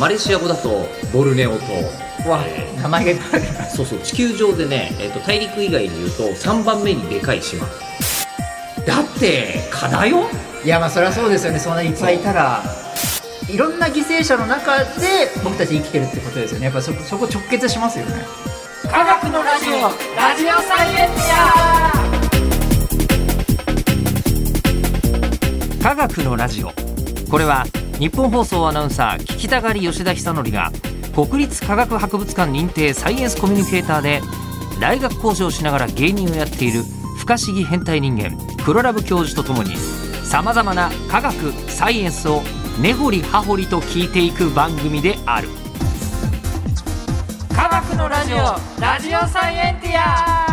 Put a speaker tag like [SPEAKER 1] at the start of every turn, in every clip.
[SPEAKER 1] マレーシア語だとボルネオ島
[SPEAKER 2] わ名前がいっぱいある
[SPEAKER 1] そうそう地球上でね、えっと大陸以外に言うと3番目にでかい島だって蚊だよ
[SPEAKER 2] いやまあそりゃそうですよねそんないっぱいいたらいろんな犠牲者の中で僕たち生きてるってことですよねやっぱそそこ直結しますよね
[SPEAKER 3] 科学のラジオラジオサイエンテ
[SPEAKER 4] 「科学のラジオ」これは日本放送アナウンサー聞きたがり吉田久典が国立科学博物館認定サイエンスコミュニケーターで大学講師をしながら芸人をやっている不可思議変態人間黒ラブ教授とともにさまざまな科学サイエンスを根掘り葉掘りと聞いていく番組である。
[SPEAKER 3] ィア科学のラジオラジオサイエンティア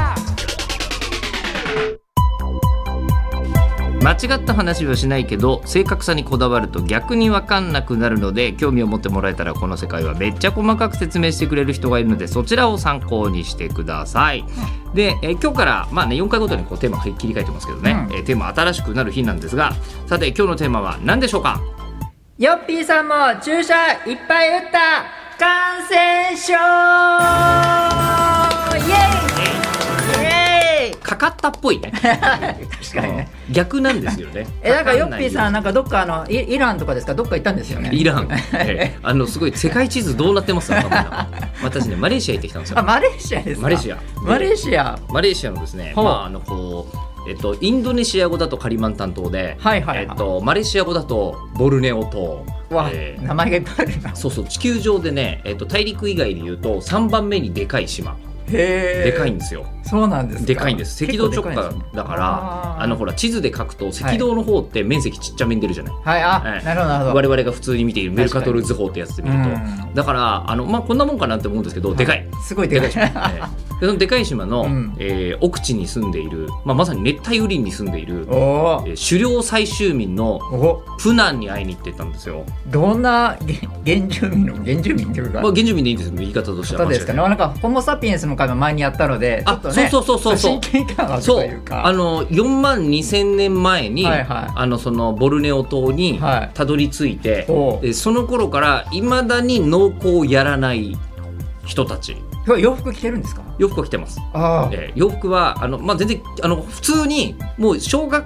[SPEAKER 4] 間違った話はしないけど正確さにこだわると逆に分かんなくなるので興味を持ってもらえたらこの世界はめっちゃ細かく説明してくれる人がいるのでそちらを参考にしてください。で、えー今日から、まあね、4回ごとにこうテーマ切り替えてますけどね、
[SPEAKER 2] うん
[SPEAKER 4] えーテーマ新しくなる日なんですがさて今日のテーマは何でしょうか
[SPEAKER 2] ヨッピーさんも注射いっぱい打った感染症イエイイエイ
[SPEAKER 4] かかったっぽいね
[SPEAKER 2] 確かにね
[SPEAKER 4] うん逆なんですよね
[SPEAKER 2] えなんかヨッピーさん
[SPEAKER 4] ん
[SPEAKER 2] なんかどっかあのイイランとかですかどっか行ったんですよね
[SPEAKER 4] イラ ン、えーあのすごい世界地図どうなってますか頭の中私ねマレーシア行ってきたんですよ
[SPEAKER 2] あマレーシアですか
[SPEAKER 4] マレーシア
[SPEAKER 2] マレーシア
[SPEAKER 4] マレーシアのですね、
[SPEAKER 2] は
[SPEAKER 4] ま
[SPEAKER 2] あ
[SPEAKER 4] あ、あのこう、えっと、インドネシア語だとカリマンタン島で、
[SPEAKER 2] はいはいはい
[SPEAKER 4] えっと、マレーシア語だとボルネオ島、
[SPEAKER 2] わ、
[SPEAKER 4] えー
[SPEAKER 2] 名前がいっぱいあるな
[SPEAKER 4] そうそう地球上でね、えっと、大陸以外で言うと3番目にでかい島、
[SPEAKER 2] へえ
[SPEAKER 4] でかいんですよ
[SPEAKER 2] そうなんですか
[SPEAKER 4] でかいんです赤道直
[SPEAKER 2] 結構でかい
[SPEAKER 4] 下
[SPEAKER 2] んですね
[SPEAKER 4] だから
[SPEAKER 2] あ
[SPEAKER 4] あ
[SPEAKER 2] ー
[SPEAKER 4] のほら地図で書くと赤道の方って面積ちっちゃめに出るじゃない、
[SPEAKER 2] はいあ、
[SPEAKER 4] はい
[SPEAKER 2] なるほどなるほ
[SPEAKER 4] 我
[SPEAKER 2] ど
[SPEAKER 4] 々が普通に見ているメルカトル図法ってやつで見ると、
[SPEAKER 2] うん
[SPEAKER 4] だからあの、まあ、こんなもんかなって思うんですけど、でかい
[SPEAKER 2] すごい
[SPEAKER 4] で
[SPEAKER 2] で
[SPEAKER 4] か
[SPEAKER 2] か
[SPEAKER 4] い
[SPEAKER 2] い
[SPEAKER 4] 島、ええ でそのでかい島の、
[SPEAKER 2] うん
[SPEAKER 4] えー奥地に住んでいる、まあ、まさに熱帯雨林に住んでいる、
[SPEAKER 2] お お
[SPEAKER 4] えー狩猟採集民の
[SPEAKER 2] お
[SPEAKER 4] プナンに会いに行ってったんですよ、
[SPEAKER 2] どんなげ原住民の原住民っていうか、
[SPEAKER 4] まあ、原住民でいいんですけど言い方としては
[SPEAKER 2] 方ですかね、
[SPEAKER 4] 間違いない
[SPEAKER 2] なんかホモ・サピエンスの回も前にやったのでちょ
[SPEAKER 4] あ
[SPEAKER 2] っとね
[SPEAKER 4] そうそうそうそう
[SPEAKER 2] 親近感がある
[SPEAKER 4] そ
[SPEAKER 2] と
[SPEAKER 4] う
[SPEAKER 2] いうか
[SPEAKER 4] あの4万2,000年前に、
[SPEAKER 2] はいはい
[SPEAKER 4] あのそのボルネオ島に
[SPEAKER 2] はい
[SPEAKER 4] たどり着いて、
[SPEAKER 2] おう
[SPEAKER 4] でその頃からいまだに農耕をやらない人たち
[SPEAKER 2] 今日洋服着てるんですか
[SPEAKER 4] 洋服は着てます
[SPEAKER 2] ああ
[SPEAKER 4] えー洋服はあの、まあ、全然あの普通にもう小学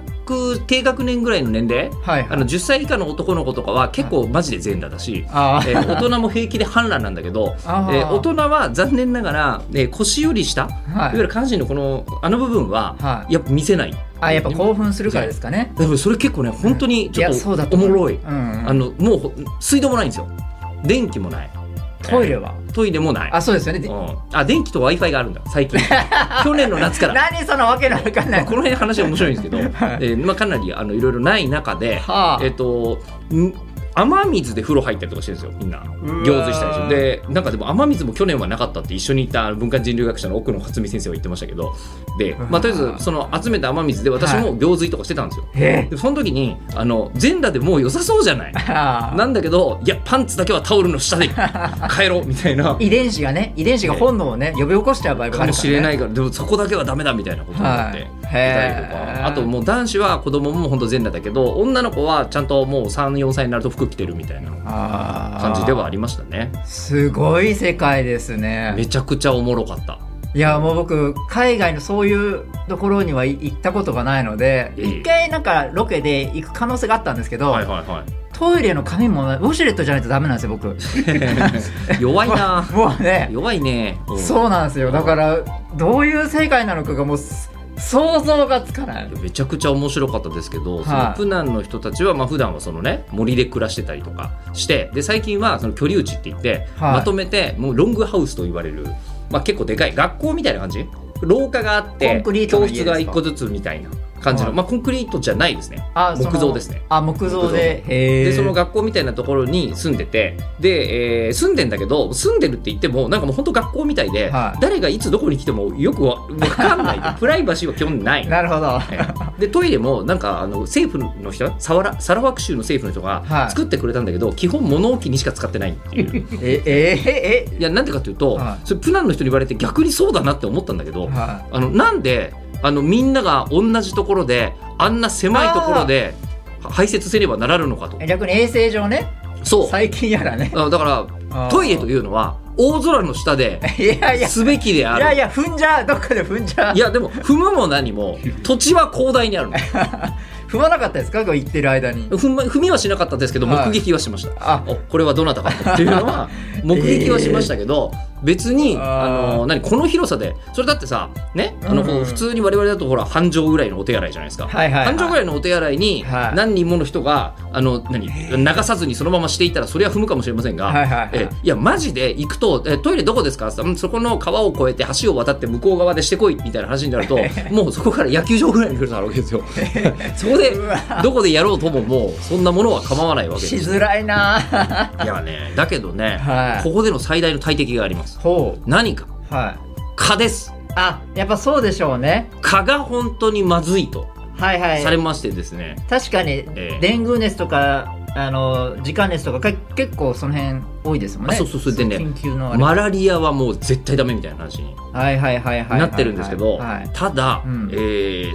[SPEAKER 4] 低学年ぐらいの年齢
[SPEAKER 2] はい
[SPEAKER 4] あの10歳以下の男の子とかは結構マジで全裸だし、
[SPEAKER 2] あー
[SPEAKER 4] えー大人も平気で反乱なんだけど、え
[SPEAKER 2] あー
[SPEAKER 4] ー大人は残念ながら、えー腰より下、い、わゆる下半身のこのあの部分は、
[SPEAKER 2] はい
[SPEAKER 4] やっぱ見せない
[SPEAKER 2] あやっぱ興奮するからですかね
[SPEAKER 4] でもそれ結構ね本当にちょ
[SPEAKER 2] いやそう
[SPEAKER 4] っ
[SPEAKER 2] だ
[SPEAKER 4] と
[SPEAKER 2] と
[SPEAKER 4] お
[SPEAKER 2] 思
[SPEAKER 4] も
[SPEAKER 2] う
[SPEAKER 4] ろい、
[SPEAKER 2] うん
[SPEAKER 4] あのもうほ水道もないんですよ電気もない
[SPEAKER 2] トイレは
[SPEAKER 4] トイレもない
[SPEAKER 2] あそうですよねで
[SPEAKER 4] うんあ電気と w i f i があるんだ最 近去年の夏から
[SPEAKER 2] 何そのわけのわかん
[SPEAKER 4] ま
[SPEAKER 2] な
[SPEAKER 4] あ
[SPEAKER 2] い
[SPEAKER 4] この辺話は面白いんですけど、
[SPEAKER 2] はい
[SPEAKER 4] えーまあ、かなりあのいろいろない中で、
[SPEAKER 2] はあ
[SPEAKER 4] えっとん雨水で風呂入ったりとかしてるんですよみんな行水したりしてでなんかでも雨水も去年はなかったって一緒にいたあの文化人類学者の奥野克美先生は言ってましたけどで、まあ、とりあえずその集めた雨水で私も行水とかしてたんですよ、
[SPEAKER 2] え
[SPEAKER 4] でその時にあの全裸でもう良さそうじゃない
[SPEAKER 2] ーあー
[SPEAKER 4] なんだけどいやパンツだけはタオルの下で帰ろうみたいな
[SPEAKER 2] 遺伝子がね遺伝子が本能をね呼び起こしちゃう場合があ
[SPEAKER 4] かも
[SPEAKER 2] るから、ね、
[SPEAKER 4] しれないからでもそこだけはダメだみたいなことになって、
[SPEAKER 2] はい
[SPEAKER 4] 出た
[SPEAKER 2] へ
[SPEAKER 4] りと
[SPEAKER 2] ー
[SPEAKER 4] かあともう男子は子供も本当全裸だけど女の子はちゃんともう34歳になると服着てるみたいな
[SPEAKER 2] あー
[SPEAKER 4] 感じではありましたね
[SPEAKER 2] すごい世界ですね
[SPEAKER 4] めちゃくちゃおもろかった
[SPEAKER 2] いやもう僕海外のそういうところにはい行ったことがないので
[SPEAKER 4] ええ
[SPEAKER 2] 一回なんかロケで行く可能性があったんですけど、
[SPEAKER 4] はいはいは
[SPEAKER 2] トイレの紙もウォシュレットじゃないとダメなんですよ 僕
[SPEAKER 4] い 弱いな
[SPEAKER 2] もうね
[SPEAKER 4] 弱いねうん
[SPEAKER 2] そうなんですよだからどういう世界なのかがもうす想像がつかない
[SPEAKER 4] めちゃくちゃ面白かったですけど、
[SPEAKER 2] い
[SPEAKER 4] そのプナンの人たちは、まあ普段はそのね森で暮らしてたりとかしてで最近はその居留地って言って、
[SPEAKER 2] はい
[SPEAKER 4] まとめてもうロングハウスと言われる、まあ、結構でかい学校みたいな感じ廊下があって
[SPEAKER 2] コンクリートの
[SPEAKER 4] 教
[SPEAKER 2] 家
[SPEAKER 4] 室が
[SPEAKER 2] です
[SPEAKER 4] 一
[SPEAKER 2] か
[SPEAKER 4] 個ずつみたいな感じの、
[SPEAKER 2] はい
[SPEAKER 4] まあ、コンクリートじゃないですね
[SPEAKER 2] あその
[SPEAKER 4] 木造ですね。
[SPEAKER 2] あ木造でへ
[SPEAKER 4] で
[SPEAKER 2] ー
[SPEAKER 4] その学校みたいなところに住んでてで、えー住んでんだけど住んでるって言ってもなんかもう本当学校みたいで、
[SPEAKER 2] はい
[SPEAKER 4] 誰がいつどこに来てもよくわ分かんない プライバシーは基本ない
[SPEAKER 2] なるほど
[SPEAKER 4] でトイレもなんかあの政府の人サワラサラワク州の政府の人
[SPEAKER 2] は
[SPEAKER 4] が
[SPEAKER 2] い
[SPEAKER 4] 作ってくれたんだけど、基本物置にしか使ってないって いう
[SPEAKER 2] ええええ
[SPEAKER 4] いやなんでかというと、
[SPEAKER 2] はい
[SPEAKER 4] それプナンの人に言われて逆にそうだなって思ったんだけど、
[SPEAKER 2] は
[SPEAKER 4] あのなんであのみんなが同じところであんな狭いところで排泄せねばならぬのかと
[SPEAKER 2] い逆に衛生上ね
[SPEAKER 4] そう
[SPEAKER 2] 最近やらね。
[SPEAKER 4] あだか
[SPEAKER 2] あ
[SPEAKER 4] ら
[SPEAKER 2] ー
[SPEAKER 4] トイレというのは大空の下で
[SPEAKER 2] いやいや、
[SPEAKER 4] すべきであ
[SPEAKER 2] い
[SPEAKER 4] る
[SPEAKER 2] やいや、踏んじゃう、どっかで踏んじゃう。
[SPEAKER 4] いやでも踏むも何も土地は広大にあるの
[SPEAKER 2] 踏まなかったですかこう言ってる間に。
[SPEAKER 4] 踏ま踏みはしなかったですけど目
[SPEAKER 2] はい
[SPEAKER 4] 撃はしました、
[SPEAKER 2] あ、
[SPEAKER 4] おこれはどなたかっていうのは 目撃はしましたけど、別に
[SPEAKER 2] あー
[SPEAKER 4] あの何この広さでそれだってさねあの、
[SPEAKER 2] うんうん
[SPEAKER 4] 普通に我々だとほら半畳ぐらいのお手洗いじゃないですか、
[SPEAKER 2] はいはいはい
[SPEAKER 4] 半畳ぐらいのお手洗いに
[SPEAKER 2] はい
[SPEAKER 4] 何人もの人があの何流さずにそのまましていったらそれは踏むかもしれませんが、
[SPEAKER 2] はいはいはい
[SPEAKER 4] えいやマジで行くとえトイレどこですかって言ったらうんそこの川を越えて橋を渡って向こう側でしてこいみたいな話に なるともうそこから野球場ぐらいの広さあるわけですよ そこで
[SPEAKER 2] うわ
[SPEAKER 4] どこでやろうとももうそんなものは構わないわけです
[SPEAKER 2] し
[SPEAKER 4] よ
[SPEAKER 2] づらいな
[SPEAKER 4] いやね、だけどね、
[SPEAKER 2] はい
[SPEAKER 4] ここでの最大の大敵があります。
[SPEAKER 2] ほ
[SPEAKER 4] 何か
[SPEAKER 2] う。はい。
[SPEAKER 4] 蚊です。
[SPEAKER 2] あ、やっぱそうでしょうね。
[SPEAKER 4] 蚊が本当にまずいと
[SPEAKER 2] はいはい。
[SPEAKER 4] されましてですね、
[SPEAKER 2] 確かに、
[SPEAKER 4] え
[SPEAKER 2] デング熱とかあの時間熱とかけ結構その辺多いですもんね
[SPEAKER 4] あそうそうそうでね
[SPEAKER 2] 緊急のあれ、
[SPEAKER 4] マラリアはもう絶対ダメみたいな話に
[SPEAKER 2] はいはいはいはいはい
[SPEAKER 4] なってるんですけど、
[SPEAKER 2] はい
[SPEAKER 4] ただ、
[SPEAKER 2] うん
[SPEAKER 4] え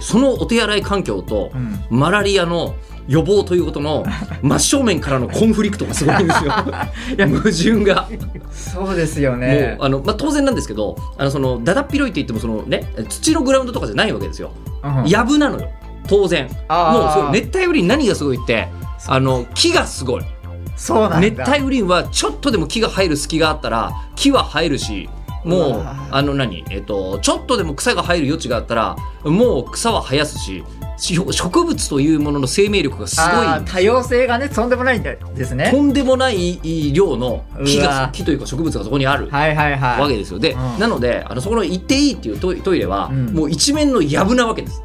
[SPEAKER 4] ーそのお手洗い環境と
[SPEAKER 2] う、ん、
[SPEAKER 4] マラリアの予防ということ の真正面からのコンフリクトがすごいんですよ。矛盾が。
[SPEAKER 2] そうですよね
[SPEAKER 4] もうあの、まあ、当然なんですけど、あのそのだだっ広いって言ってもその、ね、土のグラウンドとかじゃないわけですよ。
[SPEAKER 2] うん
[SPEAKER 4] やぶなのよ当然
[SPEAKER 2] あー
[SPEAKER 4] もうそう熱帯雨林何がすごいってあの木がすごい
[SPEAKER 2] そうなんだ
[SPEAKER 4] 熱帯雨林はちょっとでも木が生える隙があったら木は生えるしもう
[SPEAKER 2] うわー
[SPEAKER 4] あの何えっとちょっとでも草が生える余地があったらもう草は生やすしし植物というものの生命力がすご
[SPEAKER 2] あー
[SPEAKER 4] い
[SPEAKER 2] 多様性がねとんでもないんですね
[SPEAKER 4] とんでもない量の木
[SPEAKER 2] う
[SPEAKER 4] が
[SPEAKER 2] わー
[SPEAKER 4] 木というか植物がそこにある
[SPEAKER 2] はいはいはい
[SPEAKER 4] わけですよで、
[SPEAKER 2] うん
[SPEAKER 4] なのであのそこの行っていいっていうトイトイレは、
[SPEAKER 2] うん
[SPEAKER 4] もう一面の藪なわけです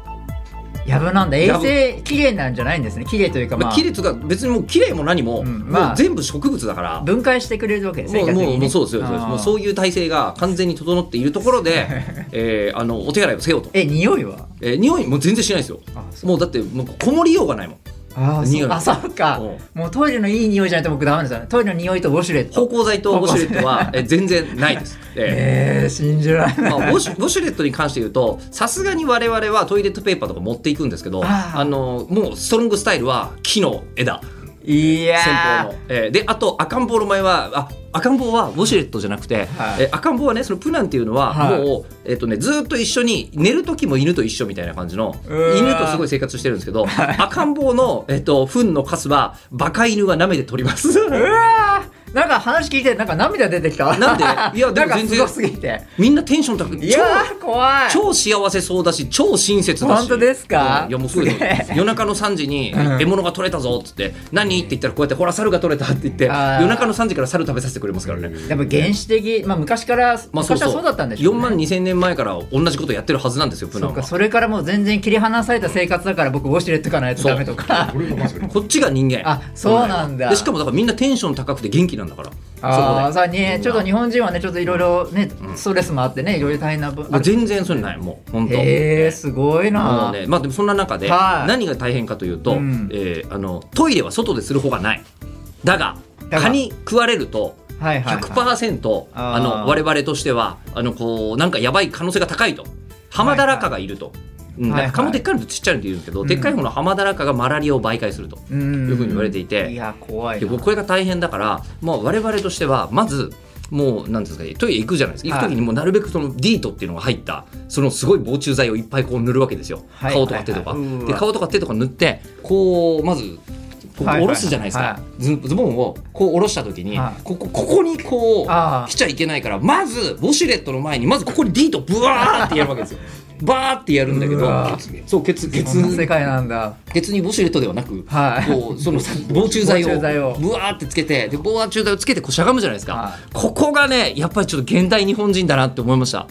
[SPEAKER 2] やぶなんだ衛
[SPEAKER 4] やぶ
[SPEAKER 2] 生綺麗なんじゃないんですね綺麗というか
[SPEAKER 4] ま
[SPEAKER 2] ま
[SPEAKER 4] あ、
[SPEAKER 2] あ
[SPEAKER 4] 綺麗とか別にもう綺麗も何も,、
[SPEAKER 2] うんまあ
[SPEAKER 4] もう全部植物だからも
[SPEAKER 2] 分解してくれるわけですね
[SPEAKER 4] う
[SPEAKER 2] 逆
[SPEAKER 4] も
[SPEAKER 2] に
[SPEAKER 4] う
[SPEAKER 2] ね
[SPEAKER 4] もうそうですよ
[SPEAKER 2] あ
[SPEAKER 4] そう
[SPEAKER 2] ー
[SPEAKER 4] ですもうそういう体制が完全に整っているところで、えーあのお手洗いをせようと、
[SPEAKER 2] え匂いは
[SPEAKER 4] えー匂いもう全然しないですよ
[SPEAKER 2] あそう
[SPEAKER 4] もうだってもうこもりようがないもん
[SPEAKER 2] あー
[SPEAKER 4] 匂
[SPEAKER 2] そ
[SPEAKER 4] いう
[SPEAKER 2] あそうか
[SPEAKER 4] うん
[SPEAKER 2] もうトイレのいい匂いじゃないと僕ダメですよねトイレの匂いとウォシュレット
[SPEAKER 4] 芳香剤とウォシュレットは、えー全然ないです。えー
[SPEAKER 2] えー、信じられない
[SPEAKER 4] まあ、ウォシュウォシュレットに関して言うとさすがに我々はトイレットペーパーとか持っていくんですけど
[SPEAKER 2] あ
[SPEAKER 4] あ
[SPEAKER 2] ー
[SPEAKER 4] のもうストロングスタイルは木の枝
[SPEAKER 2] いや
[SPEAKER 4] 先
[SPEAKER 2] ー
[SPEAKER 4] 方の、えーであと赤ん坊の前はあ赤ん坊はウォシュレットじゃなくて、
[SPEAKER 2] はい
[SPEAKER 4] えー赤ん坊はねそのプナンっていうのは
[SPEAKER 2] はい
[SPEAKER 4] もう、えっとね、ずーっと一緒に寝る時も犬と一緒みたいな感じの
[SPEAKER 2] うわー
[SPEAKER 4] 犬とすごい生活してるんですけど赤ん坊の、えっと糞のカスはバカ犬が舐めて取ります
[SPEAKER 2] うわーなんか話聞いてなんか涙出てきた
[SPEAKER 4] なんでいやでも
[SPEAKER 2] なんか
[SPEAKER 4] 全
[SPEAKER 2] す
[SPEAKER 4] 然
[SPEAKER 2] ごすぎて
[SPEAKER 4] みんなテンション高く
[SPEAKER 2] いやー怖い
[SPEAKER 4] 超幸せそうだし超親切だし
[SPEAKER 2] 本当ですか
[SPEAKER 4] うんいやもうすごい
[SPEAKER 2] すげえ
[SPEAKER 4] 夜中の3時に
[SPEAKER 2] うん
[SPEAKER 4] 獲物が取れたぞっつって何って言ったらこうやってほら猿が取れたって言って
[SPEAKER 2] あー
[SPEAKER 4] 夜中の3時から猿食べさせてくれますからね
[SPEAKER 2] やっぱ原始的、まあ、昔から、
[SPEAKER 4] まあ、そう
[SPEAKER 2] 昔は
[SPEAKER 4] そ
[SPEAKER 2] そううだったんでしょう、
[SPEAKER 4] 4
[SPEAKER 2] ね、
[SPEAKER 4] 万2000年前から同じことやってるはずなんですよプナ
[SPEAKER 2] そ
[SPEAKER 4] ン
[SPEAKER 2] うか
[SPEAKER 4] は
[SPEAKER 2] それからもう全然切り離された生活だから僕ウォシュレット行かないとダメと か
[SPEAKER 4] こっちが人間
[SPEAKER 2] あそうなんだ
[SPEAKER 4] でしかもだからみんなテンション高くて元気なんだから
[SPEAKER 2] ああ
[SPEAKER 4] そこ
[SPEAKER 2] さあねちょっと日本人はねちょっといろいろねストレスもあってねいろいろ大変な分
[SPEAKER 4] でもう全然それないもう本当
[SPEAKER 2] へえすごい
[SPEAKER 4] もう
[SPEAKER 2] な、
[SPEAKER 4] ねまあでもそんな中で
[SPEAKER 2] はい
[SPEAKER 4] 何が大変かというと、
[SPEAKER 2] うん
[SPEAKER 4] えーあのトイレは外でする方がないだが
[SPEAKER 2] だが
[SPEAKER 4] 蚊に食われると
[SPEAKER 2] はいはい、はい、
[SPEAKER 4] 100%、
[SPEAKER 2] あー
[SPEAKER 4] あの我々としてはあのこうなんかやばい可能性が高いとハマダラカがいると、うん
[SPEAKER 2] はいはい
[SPEAKER 4] なんか蚊もでっかいのとちっちゃいのって言うんですけど、
[SPEAKER 2] うん
[SPEAKER 4] でっかい方のハマダラカがマラリアを媒介すると
[SPEAKER 2] うい
[SPEAKER 4] いうふうに言われていて
[SPEAKER 2] いや怖い
[SPEAKER 4] で
[SPEAKER 2] な
[SPEAKER 4] これが大変だから、まあ、我々としてはまずもうなんていうんですかトイレ行くじゃないですか行
[SPEAKER 2] はい
[SPEAKER 4] く時にもうなるべくそのディートっていうのが入ったそのすごい防虫剤をいっぱいこう塗るわけですよ、
[SPEAKER 2] はい
[SPEAKER 4] 顔とか手とか、
[SPEAKER 2] はいはいうわ
[SPEAKER 4] で顔とか手とか塗ってこうまずこう
[SPEAKER 2] はいはい
[SPEAKER 4] 下ろすじゃないですか、
[SPEAKER 2] は
[SPEAKER 4] ズズボンをこう下ろした時に、
[SPEAKER 2] はい
[SPEAKER 4] ここここにこう
[SPEAKER 2] あー
[SPEAKER 4] 来ちゃいけないからまずウォシュレットの前にまずここにディートブワーってやるわけですよバーってやるんだけ
[SPEAKER 2] うわ
[SPEAKER 4] どそうケツケ
[SPEAKER 2] そんな世
[SPEAKER 4] ツ
[SPEAKER 2] 界なんだ
[SPEAKER 4] ケツにウォシュレットではなく
[SPEAKER 2] はい
[SPEAKER 4] こう そのさ防虫剤
[SPEAKER 2] 防
[SPEAKER 4] を
[SPEAKER 2] 虫剤を
[SPEAKER 4] ぶわーってつけてで防虫剤をつけてこうしゃがむじゃないですか、
[SPEAKER 2] はい
[SPEAKER 4] ここがねやっぱりちょっと現代日本人だなって思いました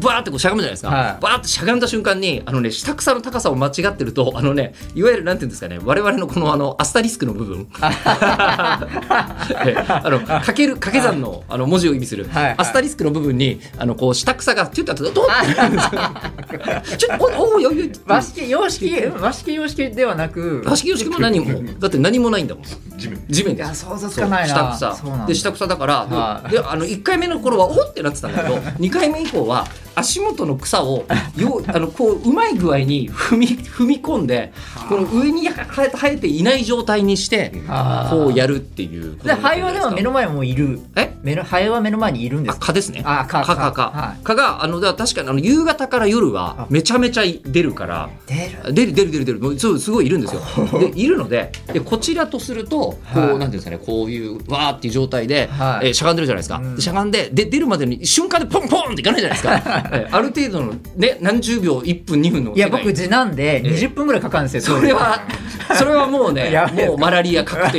[SPEAKER 4] バーってこうしゃがむじゃないですか、
[SPEAKER 2] はい
[SPEAKER 4] バーってしゃがんだ瞬間にあのね下草の高さを間違ってるとあ のねいわゆるなんていうんですかね我々のこのあのアスタリスクの部分 えあのかける掛け算のあの文字を意味する、
[SPEAKER 2] はいはい
[SPEAKER 4] アスタリスクの部分にあのこう下草がチュッとドーンってなるんですよ ちょっとおおよよ
[SPEAKER 2] 和式様式和式様式ではなく
[SPEAKER 4] 和式洋式も何もだって何もないんだもん地面地面
[SPEAKER 2] い
[SPEAKER 4] で
[SPEAKER 2] や
[SPEAKER 4] す
[SPEAKER 2] 想像つ
[SPEAKER 4] そう
[SPEAKER 2] かないな
[SPEAKER 4] 下
[SPEAKER 2] そうな
[SPEAKER 4] 草
[SPEAKER 2] んだ
[SPEAKER 4] で下草だから、
[SPEAKER 2] はい
[SPEAKER 4] であの1回目の頃はおってなってたんだけど2回目以降は足元の草をよあのこううまい具合に踏み踏み込んでこの上に生え生えていない状態にして
[SPEAKER 2] あー
[SPEAKER 4] こうやるっていうこと
[SPEAKER 2] で
[SPEAKER 4] だと思うん
[SPEAKER 2] ハエはでも目の前もいる
[SPEAKER 4] じゃないですかえ
[SPEAKER 2] 目のハエは目の前にいるんで
[SPEAKER 4] あ
[SPEAKER 2] すか
[SPEAKER 4] 蚊ですね
[SPEAKER 2] あ蚊
[SPEAKER 4] 蚊蚊
[SPEAKER 2] 蚊
[SPEAKER 4] 蚊
[SPEAKER 2] はい
[SPEAKER 4] 蚊があのだから確かにあの夕方から夜はめちゃめちゃ出るから
[SPEAKER 2] 出る
[SPEAKER 4] 出る出る出る出るもうそうすごいいるんです よでいるのででこちらとするとこう、
[SPEAKER 2] はい
[SPEAKER 4] なんていうんですかねこういうわーっていう状態で、
[SPEAKER 2] はい
[SPEAKER 4] えーしゃがんでるじゃないですか、
[SPEAKER 2] うん
[SPEAKER 4] でしゃがんでで出るまでに瞬間でポンポンっていかないじゃないですか、えーある程度のね何十秒1分2分の
[SPEAKER 2] いや
[SPEAKER 4] 世界
[SPEAKER 2] 僕次男で
[SPEAKER 4] え
[SPEAKER 2] 20分ぐらいかかるんですよ
[SPEAKER 4] それはそれはもうね
[SPEAKER 2] やべえ
[SPEAKER 4] もうマラリア確定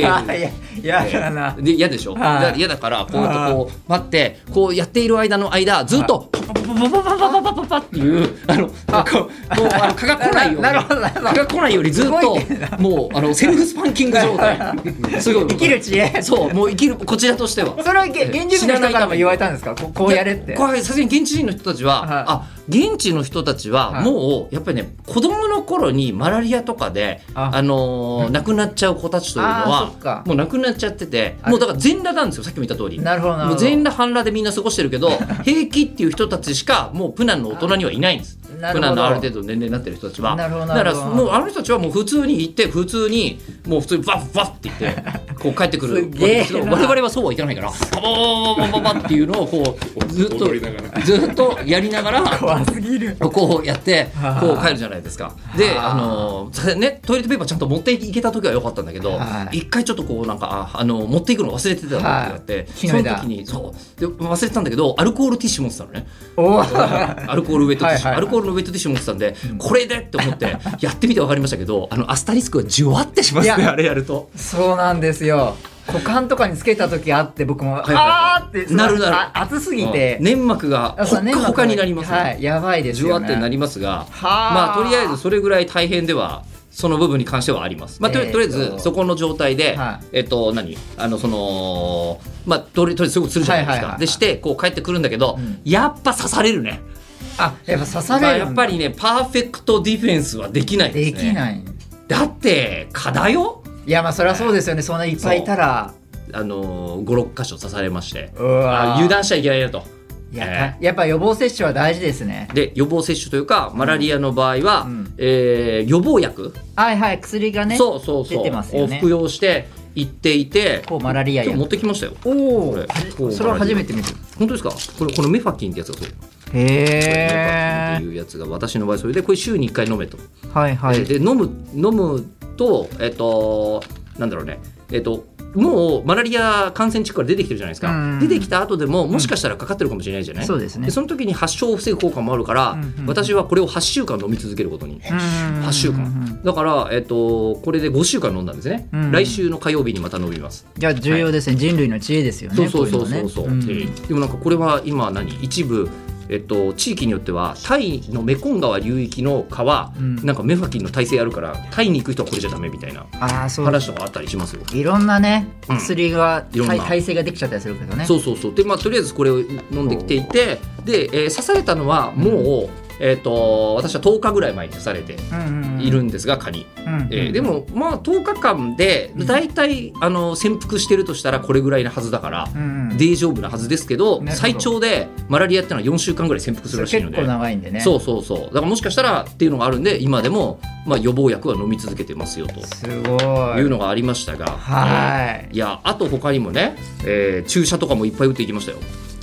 [SPEAKER 2] いややだな
[SPEAKER 4] で嫌でしょ
[SPEAKER 2] はい
[SPEAKER 4] だ嫌だからこうやってこう待ってこうやっている間の間ずっとパパパパパパパパパパパっていうあのこうこうあの蚊が来ないように
[SPEAKER 2] なるほどなるほど
[SPEAKER 4] 蚊が来ないよりずっ
[SPEAKER 2] 動
[SPEAKER 4] と
[SPEAKER 2] いてん
[SPEAKER 4] もうあのセルフスパンキング状態すごい
[SPEAKER 2] 生きる知恵
[SPEAKER 4] そうもう生きるこちらとしては
[SPEAKER 2] それはげ現住民の人からも言われたんですかこうこうやれって
[SPEAKER 4] これさすがに現地人の人たちは、
[SPEAKER 2] はい
[SPEAKER 4] あ現地の人たち
[SPEAKER 2] は
[SPEAKER 4] はいもうやっぱりね子供の頃にマラリアとかで、
[SPEAKER 2] あ
[SPEAKER 4] あのー亡くなっちゃう子たちというの
[SPEAKER 2] あーそっか
[SPEAKER 4] はもう亡くなっちゃっててもうだから全裸なんですよさっきも言った通り。
[SPEAKER 2] なるほどなる
[SPEAKER 4] も
[SPEAKER 2] ほ
[SPEAKER 4] う
[SPEAKER 2] ど
[SPEAKER 4] 全裸半裸でみんな過ごしてるけ ど平気っていう人たちしかもうプナンの大人にはいないんです
[SPEAKER 2] なるほど
[SPEAKER 4] プナンのある程度の年齢になってる人たちは
[SPEAKER 2] なるほど
[SPEAKER 4] だから
[SPEAKER 2] なるほど
[SPEAKER 4] もうあの人たちはもう普通に行って普通にもう普通にバッバッって言ってこう帰ってくる
[SPEAKER 2] すげえな
[SPEAKER 4] けど我々はそうはいかないからバババババババっていうのをこうずっと
[SPEAKER 5] 踊りながら
[SPEAKER 4] ずっとやりながら
[SPEAKER 2] 怖すぎる
[SPEAKER 4] こうやって
[SPEAKER 2] はあ
[SPEAKER 4] こう帰るじゃないですか。で、
[SPEAKER 2] はあ
[SPEAKER 4] あのーねトイレットペーパーちゃんと持っていけた時は良かったんだけど
[SPEAKER 2] は、い
[SPEAKER 4] 一回ちょっとこうなんかああの持っていくの忘れてた時があって、
[SPEAKER 2] はい
[SPEAKER 4] その
[SPEAKER 2] 昨日だ
[SPEAKER 4] 時にそうで忘れてたんだけどアルコールティッシュ持ってたのね。
[SPEAKER 2] おー
[SPEAKER 4] アルコールウェットティッシュ、
[SPEAKER 2] はいはいはい
[SPEAKER 4] アルコールのウェットティッシュ持ってたんで、これでって思 ってやってみて分かりましたけど、あのアスタリスクがじゅわってしますね
[SPEAKER 2] いや
[SPEAKER 4] あれやると。
[SPEAKER 2] そうなんですよ股間とかにつけた時あって僕も
[SPEAKER 4] いはい
[SPEAKER 2] あーってその
[SPEAKER 4] なるなる
[SPEAKER 2] あ熱すぎて
[SPEAKER 4] うん粘膜が
[SPEAKER 2] やっ
[SPEAKER 4] ほ
[SPEAKER 2] ぱ
[SPEAKER 4] っ
[SPEAKER 2] 粘
[SPEAKER 4] か
[SPEAKER 2] 膜
[SPEAKER 4] ほかになりますね。
[SPEAKER 2] はいやばいです
[SPEAKER 4] じゅわ
[SPEAKER 2] よ
[SPEAKER 4] っ
[SPEAKER 2] ね
[SPEAKER 4] てなりますが、
[SPEAKER 2] はあ
[SPEAKER 4] まあとりあえずそれぐらい大変ではその部分に関してはあります。まあとり,、
[SPEAKER 2] えーと
[SPEAKER 4] とりあえずそこの状態で、
[SPEAKER 2] はい
[SPEAKER 4] えっと何あのそのまあとりとりあえずすごくするじゃないですか。
[SPEAKER 2] はいはいはいはい
[SPEAKER 4] でしてこう帰ってくるんだけど、
[SPEAKER 2] うん
[SPEAKER 4] やっぱ刺されるね。
[SPEAKER 2] あやっぱ刺
[SPEAKER 4] ま
[SPEAKER 2] さ
[SPEAKER 4] あ
[SPEAKER 2] れる
[SPEAKER 4] やっ
[SPEAKER 2] ん
[SPEAKER 4] ぱ
[SPEAKER 2] だ
[SPEAKER 4] りねパーフェクトディフェンスはできないです
[SPEAKER 2] で
[SPEAKER 4] ね。
[SPEAKER 2] きない
[SPEAKER 4] だって蚊だよ。
[SPEAKER 2] いやまあそりゃそうですよねそんないっぱいいたら
[SPEAKER 4] あの五六箇所刺されまして、
[SPEAKER 2] うわ
[SPEAKER 4] あ油断しちゃいけないなと。
[SPEAKER 2] いややっぱ予防接種は大事ですね
[SPEAKER 4] で予防接種というかマラリアの場合は、
[SPEAKER 2] うん
[SPEAKER 4] えー予防薬
[SPEAKER 2] はいはい薬がね
[SPEAKER 4] そうそうそう
[SPEAKER 2] 出てますよ
[SPEAKER 4] を
[SPEAKER 2] ね
[SPEAKER 4] 服用して行っていて
[SPEAKER 2] こうマラリア
[SPEAKER 4] 今日
[SPEAKER 2] 薬
[SPEAKER 4] 持ってきましたよ
[SPEAKER 2] お
[SPEAKER 4] これこ
[SPEAKER 2] お
[SPEAKER 4] う
[SPEAKER 2] それは初めて見る
[SPEAKER 4] 本当ですかこれこのメファキンってやつがそう
[SPEAKER 2] へ
[SPEAKER 4] メファキンって
[SPEAKER 2] え
[SPEAKER 4] いうやつが私の場合それでこれ週に1回飲めと、
[SPEAKER 2] はいはい
[SPEAKER 4] でで飲む飲むとえっとなんだろうねえっともうマラリア感染地区から出てきてるじゃないです
[SPEAKER 2] う
[SPEAKER 4] か
[SPEAKER 2] ん
[SPEAKER 4] 出てきた後でももしかしたらかかってるかもしれないじゃない、
[SPEAKER 2] そうですね
[SPEAKER 4] でその時に発症を防ぐ効果もあるから、
[SPEAKER 2] うんうん
[SPEAKER 4] 私はこれを8週間飲み続けることに
[SPEAKER 2] 8
[SPEAKER 4] 8週間だから、えっと、これで5週間飲んだんですね、
[SPEAKER 2] うん
[SPEAKER 4] 来週の火曜日にまた飲みます、
[SPEAKER 2] じゃあ重要ですね人類の知恵ですよね
[SPEAKER 4] そうそうそう
[SPEAKER 2] こい
[SPEAKER 4] そう
[SPEAKER 2] の
[SPEAKER 4] う
[SPEAKER 2] ね
[SPEAKER 4] そう、え
[SPEAKER 2] ん
[SPEAKER 4] ーでもなんかこれは今何一部えっと、地域によってはタイのメコン川流域の川、
[SPEAKER 2] うん
[SPEAKER 4] なんかメファキンの体制あるからタイに行く人はこれじゃダメみたいな
[SPEAKER 2] ああそう
[SPEAKER 4] 話とかあったりしますよ。
[SPEAKER 2] いろんなね
[SPEAKER 4] うん
[SPEAKER 2] 薬が
[SPEAKER 4] いろんな
[SPEAKER 2] 体体制ができちゃったりするけどね
[SPEAKER 4] そうそうそうでまあとりあえずこれを飲んできていてで、えー刺されたのはもう、えっと私は10日ぐらい前に刺されているんですが蚊に。えーで
[SPEAKER 2] も
[SPEAKER 4] もまあ10日間で大体、あの潜伏してるとしたらこれぐらいのはずだから、大丈夫なはずですけど
[SPEAKER 2] なるほど
[SPEAKER 4] 最長でマラリアってのは4週間ぐらい潜伏するらしいの
[SPEAKER 2] 結
[SPEAKER 4] で
[SPEAKER 2] 構長いんでね
[SPEAKER 4] そうそうそうだからもしかしたらっていうのがあるんで今でも、まあ、予防薬は飲み続けてますよと
[SPEAKER 2] すごい
[SPEAKER 4] いうのがありましたが、
[SPEAKER 2] は
[SPEAKER 4] えーいやあと他にもね、えー注射とかもいっぱい打っていきましたよ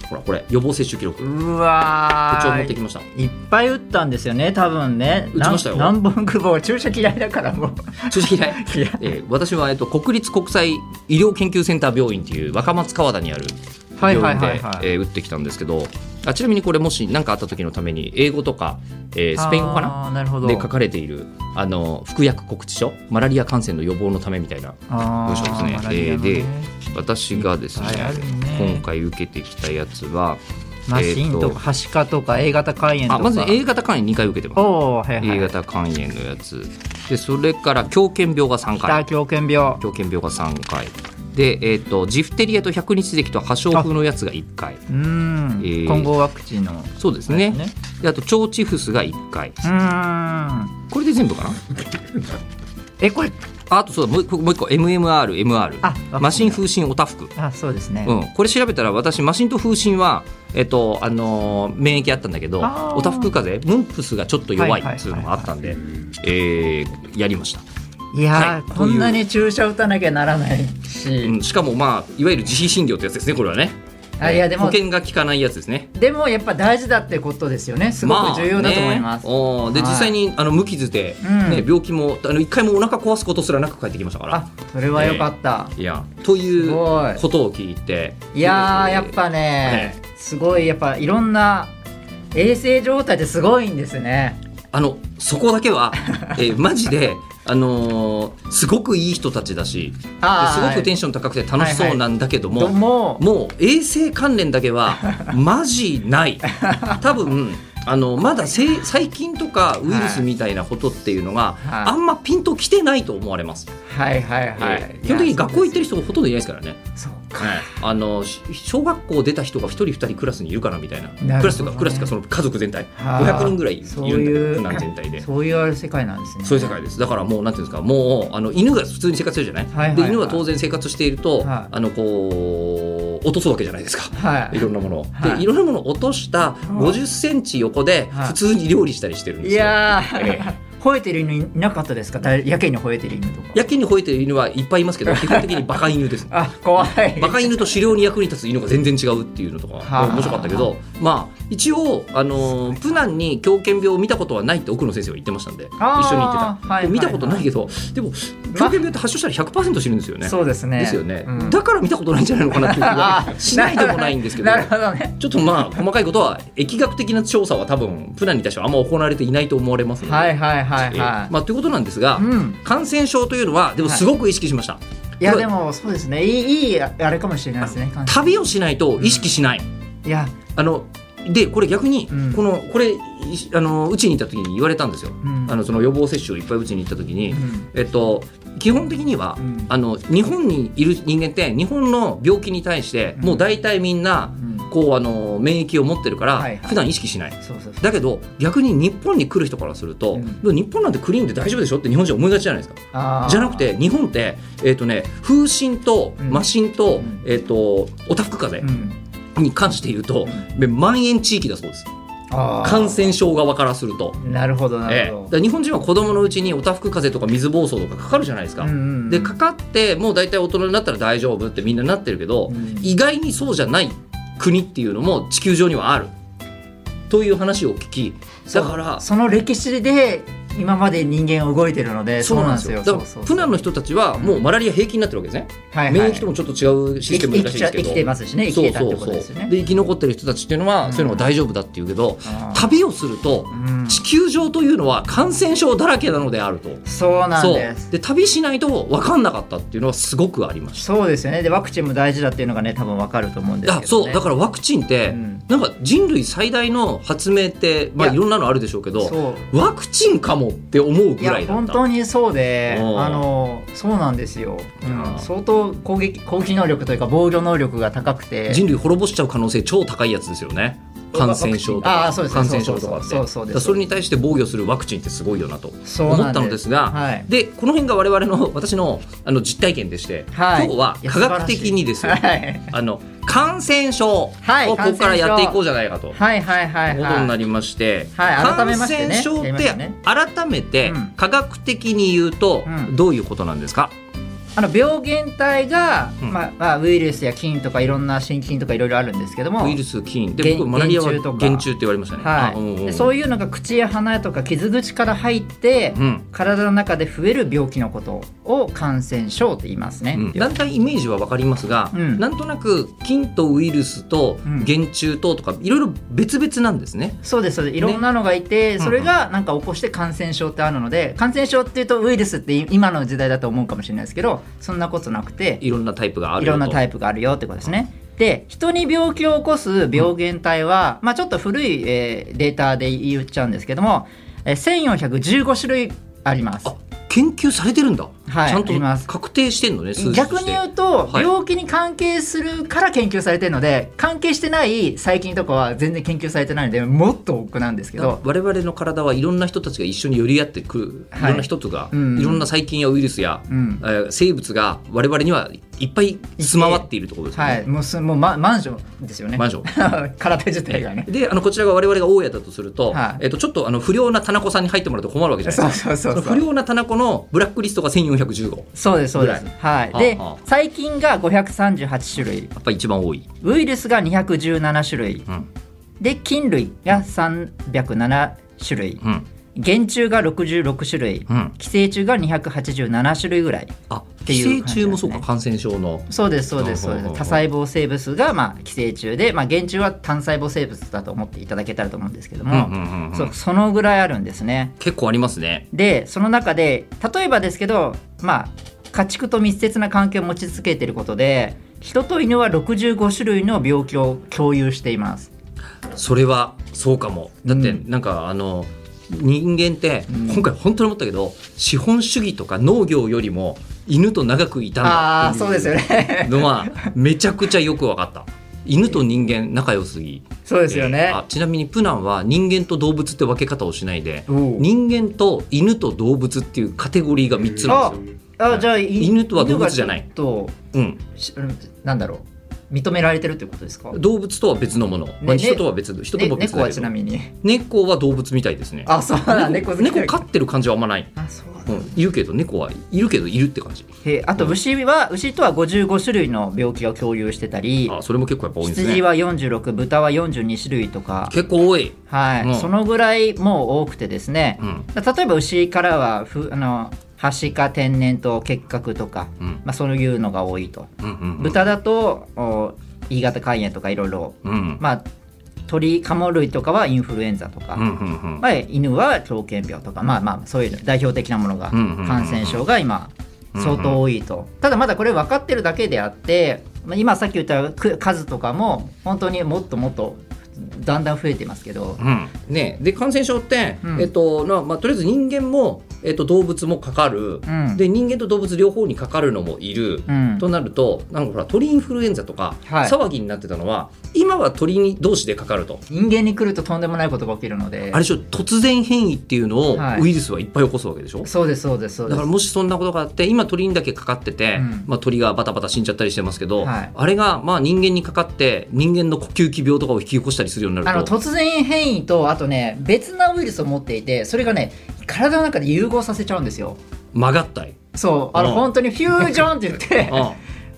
[SPEAKER 4] ほらこれ予防接種記録
[SPEAKER 2] ー
[SPEAKER 4] こ
[SPEAKER 2] う
[SPEAKER 4] っ
[SPEAKER 2] わ
[SPEAKER 4] ちを持って
[SPEAKER 2] ー
[SPEAKER 4] きました
[SPEAKER 2] いっぱい打ったんですよね多分ね
[SPEAKER 4] 打ちましたよ
[SPEAKER 2] なん何本くぼ注射嫌いだか らもう
[SPEAKER 4] 注射嫌い
[SPEAKER 2] いや
[SPEAKER 4] えー私は、えっと、国立国際医療研究センター病院っていう若松川田にある病院で、
[SPEAKER 2] はいはいはいはい
[SPEAKER 4] えー打ってきたんですけどあちなみにこれもし何かあった時のために英語とか、えースペイン語かな
[SPEAKER 2] あーなるほど
[SPEAKER 4] で書かれているあの服薬告知書マラリア感染の予防のためみたいな
[SPEAKER 2] あ
[SPEAKER 4] 文章です
[SPEAKER 2] ー
[SPEAKER 4] ね
[SPEAKER 2] マラリアのね
[SPEAKER 4] え私がですね
[SPEAKER 2] いっぱいあるね
[SPEAKER 4] 今回受けてきたやつは
[SPEAKER 2] マシンとか、
[SPEAKER 4] えーと
[SPEAKER 2] はしかとか A 型肝炎とか
[SPEAKER 4] あまず A 型肝炎2回受けてます
[SPEAKER 2] おーはいはい
[SPEAKER 4] A 型肝炎のやつでそれから狂犬病が3回
[SPEAKER 2] 北狂犬病
[SPEAKER 4] 狂犬病が3回で、えー、とジフテリアと百日咳と破傷風のやつが1回
[SPEAKER 2] うーん、
[SPEAKER 4] えー
[SPEAKER 2] 混合ワクチンの
[SPEAKER 4] そうですね
[SPEAKER 2] ね
[SPEAKER 4] であと腸チフスが1回
[SPEAKER 2] うーん
[SPEAKER 4] これで全部かな
[SPEAKER 2] えこれ
[SPEAKER 4] ああとそうだもう一個もう一個 MMR、
[SPEAKER 2] あ
[SPEAKER 4] MR マシン風疹おたふく、
[SPEAKER 2] あそうですね、
[SPEAKER 4] うん、これ調べたら私マシンと風疹は、えっとあのー免疫あったんだけど
[SPEAKER 2] あー
[SPEAKER 4] おたふく風邪ムンプスがちょっと弱い
[SPEAKER 2] はいはいはいはい
[SPEAKER 4] っていうのがあったんで、えーやりました、
[SPEAKER 2] いやー、
[SPEAKER 4] はい
[SPEAKER 2] こんなに注射打たなきゃならないし、
[SPEAKER 4] うん、しかもまあいわゆる自費診療ってやつですねこれはね
[SPEAKER 2] あいやでも
[SPEAKER 4] 保険が効かないやつですね
[SPEAKER 2] でもやっぱ大事だってことですよねすごく重要だと思います、
[SPEAKER 4] まあねおーで、
[SPEAKER 2] はい
[SPEAKER 4] 実際にあの無傷で、
[SPEAKER 2] うん
[SPEAKER 4] ね病気もあの一回もお腹壊すことすらなく帰ってきましたから
[SPEAKER 2] あそれはよかった、
[SPEAKER 4] いやという
[SPEAKER 2] すごい
[SPEAKER 4] ことを聞いて
[SPEAKER 2] いやーやっぱね、すごいやっぱいろんな衛生状態ってすごいんですね
[SPEAKER 4] あのそこだけ は、えーマジで、あのーすごくいい人たちだしですごくテンション高くて楽しそうなんだけども、
[SPEAKER 2] どうも
[SPEAKER 4] もう衛生関連だけ はマジない多分あのまだせい細菌とかウイルスみたいなことっていうのが、
[SPEAKER 2] はい
[SPEAKER 4] あんまピンときてないと思われます、
[SPEAKER 2] はいはいはい、
[SPEAKER 4] えー基本的に学校行って
[SPEAKER 2] る
[SPEAKER 4] る人ほとんどいないですからね
[SPEAKER 2] そうか
[SPEAKER 4] はい、あのし小学校出た人が1人2人クラスにいるかなみたいな
[SPEAKER 2] ほどね
[SPEAKER 4] クラスとかクラスとかその家族全体
[SPEAKER 2] はい
[SPEAKER 4] 500人ぐらいいるんだ
[SPEAKER 2] そういう
[SPEAKER 4] 国難全体で。
[SPEAKER 2] そういう世界なんですね
[SPEAKER 4] そういう世界ですだからもうなんていうんですかもうあの犬が普通に生活するじゃない,、
[SPEAKER 2] はいはいはい
[SPEAKER 4] で犬は当然生活していると、
[SPEAKER 2] はい
[SPEAKER 4] あのこう落とすわけじゃないですか
[SPEAKER 2] はいい
[SPEAKER 4] ろんなものを、
[SPEAKER 2] はい
[SPEAKER 4] でいろんなものを落とした50センチ横で
[SPEAKER 2] はい
[SPEAKER 4] 普通に料理したりしてるんで
[SPEAKER 2] い
[SPEAKER 4] すよ、
[SPEAKER 2] やー、
[SPEAKER 4] え
[SPEAKER 2] 吠えてる犬いなかったですかだいやけに吠えてる犬とか
[SPEAKER 4] やけに吠えてる犬はいっぱいいますけど基本的にバカ犬です
[SPEAKER 2] あ怖い
[SPEAKER 4] バカ犬と狩猟に役に立つ犬が全然違うっていうのとか
[SPEAKER 2] はあ
[SPEAKER 4] 面白かったけど、まあ一応あのープナンに狂犬病を見たことはないって奥野先生は言ってましたんで一緒に
[SPEAKER 2] あー
[SPEAKER 4] 行ってた、
[SPEAKER 2] はい
[SPEAKER 4] で見たことないけど、でも狂犬病って発症したら100%死ぬんですよね。
[SPEAKER 2] そうですね
[SPEAKER 4] ですよね、
[SPEAKER 2] うん
[SPEAKER 4] だから見たことないんじゃないのかなっていう気
[SPEAKER 2] あ
[SPEAKER 4] がしないでもないんですけど
[SPEAKER 2] なるほどね
[SPEAKER 4] ちょっとまあ細かいことは疫学的な調査は多分プナンに対してはあんま行われていないと思われますので、
[SPEAKER 2] はいはいはいは
[SPEAKER 4] え
[SPEAKER 2] い、
[SPEAKER 4] ーまあ、ということなんですが、
[SPEAKER 2] うん
[SPEAKER 4] 感染症というのはでもすごく意識しました、
[SPEAKER 2] いやでもそうですねいいいいあれかもしれないですね
[SPEAKER 4] 旅をしないと意識しない、
[SPEAKER 2] いや
[SPEAKER 4] あのでこれ逆に、
[SPEAKER 2] うん
[SPEAKER 4] このこれいあのうちに行った時に言われたんですよ、
[SPEAKER 2] うん
[SPEAKER 4] あのその予防接種をいっぱいうちに行った時に、
[SPEAKER 2] うん
[SPEAKER 4] えっと基本的には、
[SPEAKER 2] うん
[SPEAKER 4] あの日本にいる人間って日本の病気に対して、
[SPEAKER 2] うん
[SPEAKER 4] もう大体みんな、
[SPEAKER 2] うん
[SPEAKER 4] こうあの免疫を持ってるから、
[SPEAKER 2] はいはい
[SPEAKER 4] 普段意識しない
[SPEAKER 2] そうそうそう
[SPEAKER 4] だけど逆に日本に来る人からすると、
[SPEAKER 2] う
[SPEAKER 4] 日本なんてクリーンで大丈夫でしょって日本人思いがちじゃないですか
[SPEAKER 2] あー
[SPEAKER 4] じゃなくて日本って、えーとね、風疹と
[SPEAKER 2] うん
[SPEAKER 4] 麻疹と,、
[SPEAKER 2] うん
[SPEAKER 4] えー、とおたふく風
[SPEAKER 2] う
[SPEAKER 4] 邪
[SPEAKER 2] ん
[SPEAKER 4] に関して言うと、で蔓延地域だそうです
[SPEAKER 2] あー
[SPEAKER 4] 感染症側からすると。
[SPEAKER 2] なるほどな
[SPEAKER 4] ええ
[SPEAKER 2] るほ
[SPEAKER 4] だか
[SPEAKER 2] ど、
[SPEAKER 4] ら日本人は子供のうちにおたふく風邪とか水疱瘡とかかかるじゃないですか、
[SPEAKER 2] うんうんうん
[SPEAKER 4] でかかってもう大体大人になったら大丈夫ってみんななってるけど、
[SPEAKER 2] うん
[SPEAKER 4] 意外にそうじゃない国っていうのも地球上にはあるという話を聞きだから
[SPEAKER 2] その歴史で今まで人間は動いてるのでそうなんですよ
[SPEAKER 4] だから
[SPEAKER 2] そうそうそ
[SPEAKER 4] プ
[SPEAKER 2] う
[SPEAKER 4] ナンの人たちはもうマラリア平気になってるわけですね、
[SPEAKER 2] はいはい
[SPEAKER 4] 免疫ともちょっと違うシステムらしいですけど
[SPEAKER 2] 生き生きちゃ生きてますしね生きてたってことですよ
[SPEAKER 4] そ
[SPEAKER 2] ね
[SPEAKER 4] うそうそうで生き残ってる人たちっていうのは、
[SPEAKER 2] うん
[SPEAKER 4] そういうのが大丈夫だっていうけど
[SPEAKER 2] あー
[SPEAKER 4] 旅をすると
[SPEAKER 2] うん
[SPEAKER 4] 地球上というのは感染症だらけなのであると。
[SPEAKER 2] そうなんです
[SPEAKER 4] そうで旅しないと分かんなかったっていうのはすごくありまし
[SPEAKER 2] そうですよねでワクチンも大事だっていうのがね多分わかると思うんです
[SPEAKER 4] た。
[SPEAKER 2] けど、
[SPEAKER 4] あ
[SPEAKER 2] ね、
[SPEAKER 4] そうだからワクチンって、
[SPEAKER 2] うん
[SPEAKER 4] なんか人類最大の発明って、まあ、
[SPEAKER 2] いや
[SPEAKER 4] いろんなのあるでしょうけど
[SPEAKER 2] そう
[SPEAKER 4] ワクチンかもって思う
[SPEAKER 2] い
[SPEAKER 4] ぐ
[SPEAKER 2] や
[SPEAKER 4] らいだっ
[SPEAKER 2] 本
[SPEAKER 4] た
[SPEAKER 2] 当にそうで
[SPEAKER 4] おー
[SPEAKER 2] あのそうなんですよ、うん
[SPEAKER 4] あー
[SPEAKER 2] 相当攻撃攻撃能力というか防御能力が高くて
[SPEAKER 4] 人類滅ぼしちゃう可能性超高いやつですよね感染症とか
[SPEAKER 2] あそうです
[SPEAKER 4] 感染症とかって
[SPEAKER 2] そうそうそうそうそうで
[SPEAKER 4] だ
[SPEAKER 2] す
[SPEAKER 4] からそれに対して防御するワクチンってすごいよなと
[SPEAKER 2] そう
[SPEAKER 4] 思
[SPEAKER 2] な
[SPEAKER 4] っ
[SPEAKER 2] んです
[SPEAKER 4] たのですが
[SPEAKER 2] はい
[SPEAKER 4] でこの辺が我々の 私のあの実体験でして、
[SPEAKER 2] はい
[SPEAKER 4] 今日はい
[SPEAKER 2] や
[SPEAKER 4] 科学的にですよ、
[SPEAKER 2] 素晴らしいはい
[SPEAKER 4] あの感染症をこ
[SPEAKER 2] はい
[SPEAKER 4] こからやっていこうじゃないかと。
[SPEAKER 2] はいはいはい
[SPEAKER 4] ことに
[SPEAKER 2] は
[SPEAKER 4] ないりまして、
[SPEAKER 2] はい改めましてね
[SPEAKER 4] 感染症
[SPEAKER 2] やり
[SPEAKER 4] っ
[SPEAKER 2] ました
[SPEAKER 4] て
[SPEAKER 2] ね
[SPEAKER 4] 改めて
[SPEAKER 2] うん
[SPEAKER 4] 科学的に言うと
[SPEAKER 2] うん
[SPEAKER 4] どういうことなんですか、
[SPEAKER 2] あの病原体が、
[SPEAKER 4] うん
[SPEAKER 2] まあまあ、ウイルスや菌とかいろんな真菌とかいろいろあるんですけども
[SPEAKER 4] ウイルス菌で
[SPEAKER 2] 原
[SPEAKER 4] 僕マラリアは
[SPEAKER 2] 原虫とか
[SPEAKER 4] 原虫って言われましたね、
[SPEAKER 2] は
[SPEAKER 4] あうんうん
[SPEAKER 2] い、でそういうのが口や鼻とか傷口から入って、
[SPEAKER 4] うん
[SPEAKER 2] 体の中で増える病気のことを感染症と言いますね。
[SPEAKER 4] うんだんだんイメージはわかりますが、
[SPEAKER 2] うん
[SPEAKER 4] なんとなく菌とウイルスと
[SPEAKER 2] うん
[SPEAKER 4] 原虫ととかいろいろ別々なんですね。
[SPEAKER 2] そうですそうですいろんなのがいて、
[SPEAKER 4] うん
[SPEAKER 2] それがなんか起こして感染症ってあるので感染症っていうとウイルスってい今の時代だと思うかもしれないですけどそんなことなくて
[SPEAKER 4] いろんなタイプがある
[SPEAKER 2] いろんなタ
[SPEAKER 4] イ
[SPEAKER 2] イプがあるよってことですね。で人に病気を起こす病原体は、まあ、ちょっと古い、えーデータで言っちゃうんですけども、えー1415種類あります。
[SPEAKER 4] あ研究されてるんだ、
[SPEAKER 2] はい
[SPEAKER 4] ちゃん
[SPEAKER 2] あります
[SPEAKER 4] と確定してんのね数字として
[SPEAKER 2] 逆に言うと、
[SPEAKER 4] はい
[SPEAKER 2] 病気に関係するから研究されてるので関係してない細菌とかは全然研究されてないのでもっと奥なんですけど
[SPEAKER 4] 我々の体はいろんな人たちが一緒に寄り合ってくる、
[SPEAKER 2] はい
[SPEAKER 4] い、ろんな人とか、
[SPEAKER 2] うん
[SPEAKER 4] いろんな細菌やウイルスや、
[SPEAKER 2] うん
[SPEAKER 4] えー生物が我々にはいっぱい住まわっているってことですよね、
[SPEAKER 2] はいもうすもう、ま、マンションですよね
[SPEAKER 4] マ ンショ
[SPEAKER 2] 体自体がね
[SPEAKER 4] であのこちらが我々が大家だとすると,、
[SPEAKER 2] はい
[SPEAKER 4] えっとちょっとあの不良な田中さんに入ってもらうと困るわけじゃない
[SPEAKER 2] そう
[SPEAKER 4] ですか
[SPEAKER 2] そうそうそ
[SPEAKER 4] の不
[SPEAKER 2] う
[SPEAKER 4] 良な田中のブラックリストが1415や
[SPEAKER 2] そうですそうです
[SPEAKER 4] ぐ
[SPEAKER 2] は
[SPEAKER 4] は
[SPEAKER 2] い
[SPEAKER 4] あ
[SPEAKER 2] で
[SPEAKER 4] はあ
[SPEAKER 2] 細菌が538種類
[SPEAKER 4] っぱ一番多い、
[SPEAKER 2] ウイルスが217種類
[SPEAKER 4] うん
[SPEAKER 2] で菌類が307種類
[SPEAKER 4] うん
[SPEAKER 2] 原虫が66種類
[SPEAKER 4] うん、
[SPEAKER 2] 寄生虫が287種類ぐらい
[SPEAKER 4] あ
[SPEAKER 2] て
[SPEAKER 4] 寄生
[SPEAKER 2] いう感
[SPEAKER 4] 虫
[SPEAKER 2] じ
[SPEAKER 4] もそうか、
[SPEAKER 2] なんです
[SPEAKER 4] 感染
[SPEAKER 2] ね
[SPEAKER 4] 症の
[SPEAKER 2] そうですそうですそうで
[SPEAKER 4] ほうほうほう
[SPEAKER 2] す多細胞生物がまあ寄生虫で、まあ、原虫は単細胞生物だと思っていただけたらと思うんですけども、
[SPEAKER 4] うんうんうんうん
[SPEAKER 2] そうそのぐらいあるんですね
[SPEAKER 4] 結構ありますね
[SPEAKER 2] でその中で例えばですけどまあ家畜と密接な関係を持ち続けていることで人と犬は65種類の病気を共有しています
[SPEAKER 4] それはそうかもだって
[SPEAKER 2] うん
[SPEAKER 4] なんかあの人間って
[SPEAKER 2] うん
[SPEAKER 4] 今回本当に思ったけど資本主義とか農業よりも犬と長くいたんだっ
[SPEAKER 2] ああ
[SPEAKER 4] てい
[SPEAKER 2] そうです よね
[SPEAKER 4] のはめちゃくちゃよく分かった犬と人間仲良すぎ
[SPEAKER 2] そうですよね
[SPEAKER 4] あちなみにプナンは人間と動物って分け方をしないで
[SPEAKER 2] おう
[SPEAKER 4] 人間と犬と動物っていうカテゴリーが3つなんですよ。
[SPEAKER 2] あじゃあい
[SPEAKER 4] 犬とは動物じゃない
[SPEAKER 2] 犬がちょっ
[SPEAKER 4] うん、
[SPEAKER 2] としなんだろう認められてるってことですか、
[SPEAKER 4] 動物とは別のもの、まあ、
[SPEAKER 2] ね
[SPEAKER 4] 人とは別の人と
[SPEAKER 2] ね
[SPEAKER 4] も別
[SPEAKER 2] 猫は
[SPEAKER 4] だ
[SPEAKER 2] ち
[SPEAKER 4] け
[SPEAKER 2] な
[SPEAKER 4] ど
[SPEAKER 2] みに
[SPEAKER 4] 猫は動物みたいですね
[SPEAKER 2] あそうだ猫好き
[SPEAKER 4] 猫飼ってる感じはあんまない、
[SPEAKER 2] あそうだ
[SPEAKER 4] うん、いるけど猫はいるけどいるって感じ
[SPEAKER 2] へあと牛は牛とは55種類の病気を共有してたり
[SPEAKER 4] あそれも結構やっぱ多いんです
[SPEAKER 2] 羊
[SPEAKER 4] ね
[SPEAKER 2] は46豚は42種類とか、
[SPEAKER 4] 結構多い、
[SPEAKER 2] はい
[SPEAKER 4] うん
[SPEAKER 2] そのぐらいもう多くてですね
[SPEAKER 4] う、ん
[SPEAKER 2] 例えば牛からはふあのハシカ天然痘結核とか、
[SPEAKER 4] うん
[SPEAKER 2] まあ、そういうのが多いと、
[SPEAKER 4] うんうん
[SPEAKER 2] 豚だとお E 型肝炎とかいろいろ
[SPEAKER 4] うんうん
[SPEAKER 2] まあ鳥カモ類とかはインフルエンザとか、
[SPEAKER 4] うんうんうん
[SPEAKER 2] まあ、犬は狂犬病とかまあまあそういう代表的なものが
[SPEAKER 4] うんうんうんうん
[SPEAKER 2] 感染症が今
[SPEAKER 4] うんうん
[SPEAKER 2] 相当多いと、ただまだこれ分かってるだけであってまあ今さっき言ったく数とかも本当にもっともっとだんだん増えてますけど
[SPEAKER 4] うんね、で感染症って、
[SPEAKER 2] うん
[SPEAKER 4] えっとなまあ、とりあえず人間も、えっと、動物もかかる、
[SPEAKER 2] うん
[SPEAKER 4] で人間と動物両方にかかるのもいる、
[SPEAKER 2] うん
[SPEAKER 4] となるとなんかほら鳥インフルエンザとか、
[SPEAKER 2] はい
[SPEAKER 4] 騒ぎになってたのは今は鳥に同士でかかると
[SPEAKER 2] 人間に来るととんでもないことが起きるので
[SPEAKER 4] あれでしょ突然変異っていうのを
[SPEAKER 2] はい
[SPEAKER 4] ウイルスはいっぱい起こすわけでしょ、
[SPEAKER 2] そうですそうですそう
[SPEAKER 4] だか
[SPEAKER 2] で
[SPEAKER 4] ら
[SPEAKER 2] す
[SPEAKER 4] もしそんなことがあって今鳥にだけかかってて、
[SPEAKER 2] うん
[SPEAKER 4] まあ、鳥がバタバタ死んじゃったりしてますけど、
[SPEAKER 2] はい
[SPEAKER 4] あれがまあ人間にかかって人間の呼吸器病とかを引き起こしたりするように
[SPEAKER 2] あ
[SPEAKER 4] なる
[SPEAKER 2] の
[SPEAKER 4] と
[SPEAKER 2] 突然変異とあとね別なウイルスを持っていてそれがね体の中で融合させちゃうんですよ
[SPEAKER 4] 曲がったり、
[SPEAKER 2] そうあの
[SPEAKER 4] うん
[SPEAKER 2] 本当にフュージョンって 言って
[SPEAKER 4] うん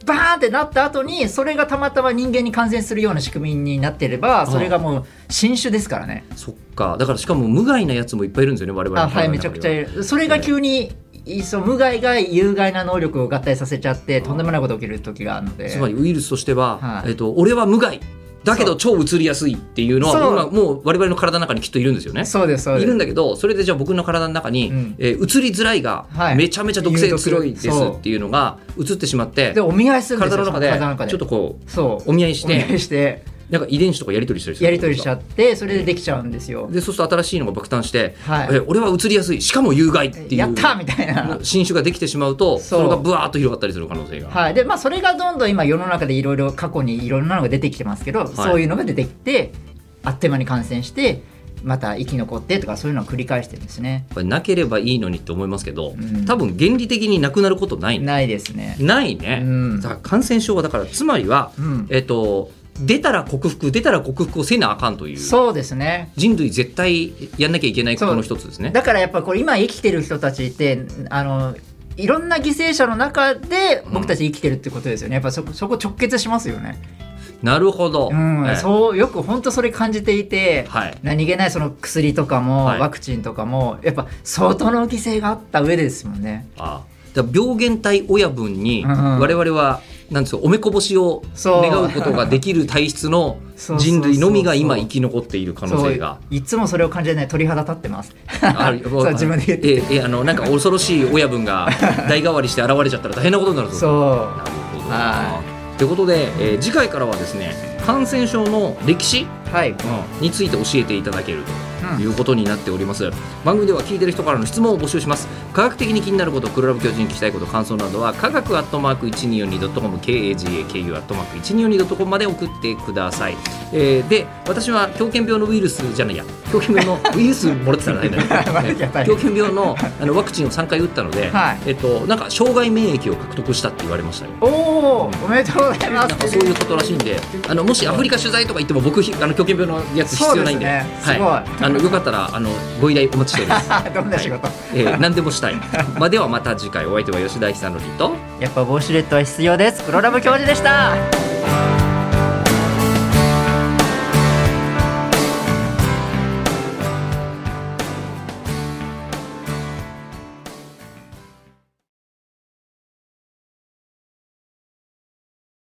[SPEAKER 2] バーンってなった後にそれがたまたま人間に感染するような仕組みになってればそれがもう新種ですからね、
[SPEAKER 4] そっかだからしかも無害なやつもいっぱいいるんですよね我々
[SPEAKER 2] あ
[SPEAKER 4] の
[SPEAKER 2] はい
[SPEAKER 4] 体の中には
[SPEAKER 2] めちゃくちゃいるそれが急に、いそう無害が有害な能力を合体させちゃってとんでもないことが起きる時があるので
[SPEAKER 4] つまりウイルスとしては、
[SPEAKER 2] はい
[SPEAKER 4] えっと俺は無害だけど超うつりやすいっていうのは
[SPEAKER 2] そう
[SPEAKER 4] 今もう我々の体の中にきっといるんですよね
[SPEAKER 2] そうですそうで
[SPEAKER 4] い
[SPEAKER 2] す
[SPEAKER 4] るんだけどそれでじゃあ僕の体の中に、
[SPEAKER 2] うん
[SPEAKER 4] えー移りづらいが
[SPEAKER 2] はい
[SPEAKER 4] めちゃめちゃ毒性強いです
[SPEAKER 2] 有毒そう
[SPEAKER 4] っていうのが移ってしまって
[SPEAKER 2] でお見合いするんです
[SPEAKER 4] 体の
[SPEAKER 2] よ
[SPEAKER 4] 中
[SPEAKER 2] 体の中
[SPEAKER 4] で
[SPEAKER 2] で
[SPEAKER 4] ちょっとこう
[SPEAKER 2] そう
[SPEAKER 4] お見合いし
[SPEAKER 2] お見合
[SPEAKER 4] て
[SPEAKER 2] いして
[SPEAKER 4] なんか遺伝子とかやり取りしたりする
[SPEAKER 2] やり取りしちゃってそれでできちゃうんですよ
[SPEAKER 4] でそうすると新しいのが爆誕して、
[SPEAKER 2] はい
[SPEAKER 4] えー俺は移りやすいしかも有害っていう
[SPEAKER 2] やったーみたいな
[SPEAKER 4] 新種ができてしまうと
[SPEAKER 2] そう
[SPEAKER 4] それがブワーッと広がったりする可能性が、
[SPEAKER 2] はいでまあ、それがどんどん今世の中でいろいろ過去にいろんなのが出てきてますけど、そういうのが出てきてあっという間に感染してまた生き残ってとかそういうのを繰り返してるんですね
[SPEAKER 4] これなければいいのにって思いますけど、
[SPEAKER 2] ん
[SPEAKER 4] 多分原理的になくなることないね
[SPEAKER 2] ないですね
[SPEAKER 4] ないね、
[SPEAKER 2] うん
[SPEAKER 4] だから感染症はだからつまりは、
[SPEAKER 2] うん
[SPEAKER 4] えっと出たら克服出たら克服をせなあかんという
[SPEAKER 2] そうですね
[SPEAKER 4] 人類絶対やんなきゃいけないことの一つですね
[SPEAKER 2] だからやっぱこれ今生きてる人たちってあのいろんな犠牲者の中で僕たち生きてるってことですよねやっぱそこそこ直結しますよね、
[SPEAKER 4] なるほど、
[SPEAKER 2] うん
[SPEAKER 4] ええ
[SPEAKER 2] そうよく本当それ感じていて、
[SPEAKER 4] はい
[SPEAKER 2] 何気ないその薬とかも、
[SPEAKER 4] はい
[SPEAKER 2] ワクチンとかもやっぱ相当の犠牲があった上ですもんね
[SPEAKER 4] あだから病原体親分に
[SPEAKER 2] うんうん
[SPEAKER 4] 我々はなんですかおめこぼしを
[SPEAKER 2] そう
[SPEAKER 4] 願うことができる体質の
[SPEAKER 2] そうそうそうそ
[SPEAKER 4] 人
[SPEAKER 2] う
[SPEAKER 4] 類のみが今生き残っている可能性が
[SPEAKER 2] そういつもそれを感じない鳥肌立ってます
[SPEAKER 4] ある
[SPEAKER 2] そう自分で言って
[SPEAKER 4] ええええあのなんか恐ろしい親分が代替わりして現れちゃったら大変なことになるぞ
[SPEAKER 2] そう
[SPEAKER 4] なるほどな
[SPEAKER 2] は
[SPEAKER 4] ということで、えー次回からはですね感染症の歴史
[SPEAKER 2] はい、
[SPEAKER 4] について教えていただけるということになっております、番組では聞いてる人からの質問を募集します科学的に気になることクラブ教授に聞きたいこと感想などは科学アットマーク 1242.com kagaku アットマーク 1242.com まで送ってください、えーで私は狂犬病のウイルスじゃないや狂犬病のウイルスもらってたらないな
[SPEAKER 2] やっぱり
[SPEAKER 4] 狂犬病のあのワクチンを3回打ったので、
[SPEAKER 2] はい
[SPEAKER 4] えっと、なんか障害免疫を獲得したって言われましたよ
[SPEAKER 2] おおーおめでとうござい
[SPEAKER 4] な
[SPEAKER 2] ま
[SPEAKER 4] んか
[SPEAKER 2] す
[SPEAKER 4] そういうことらしいんで、あのもしアフリカ取材とか行っても僕ひあの狂犬病のやつ必要ないんで、
[SPEAKER 2] そうですねすごい
[SPEAKER 4] はい、あのよかったらあのご依頼お待ちしております。
[SPEAKER 2] どんな仕事、
[SPEAKER 4] えー、何でもしたい。まあではまた次回お相手は吉田久典と。
[SPEAKER 2] やっぱボーシュレットは必要です黒ラブ教授でした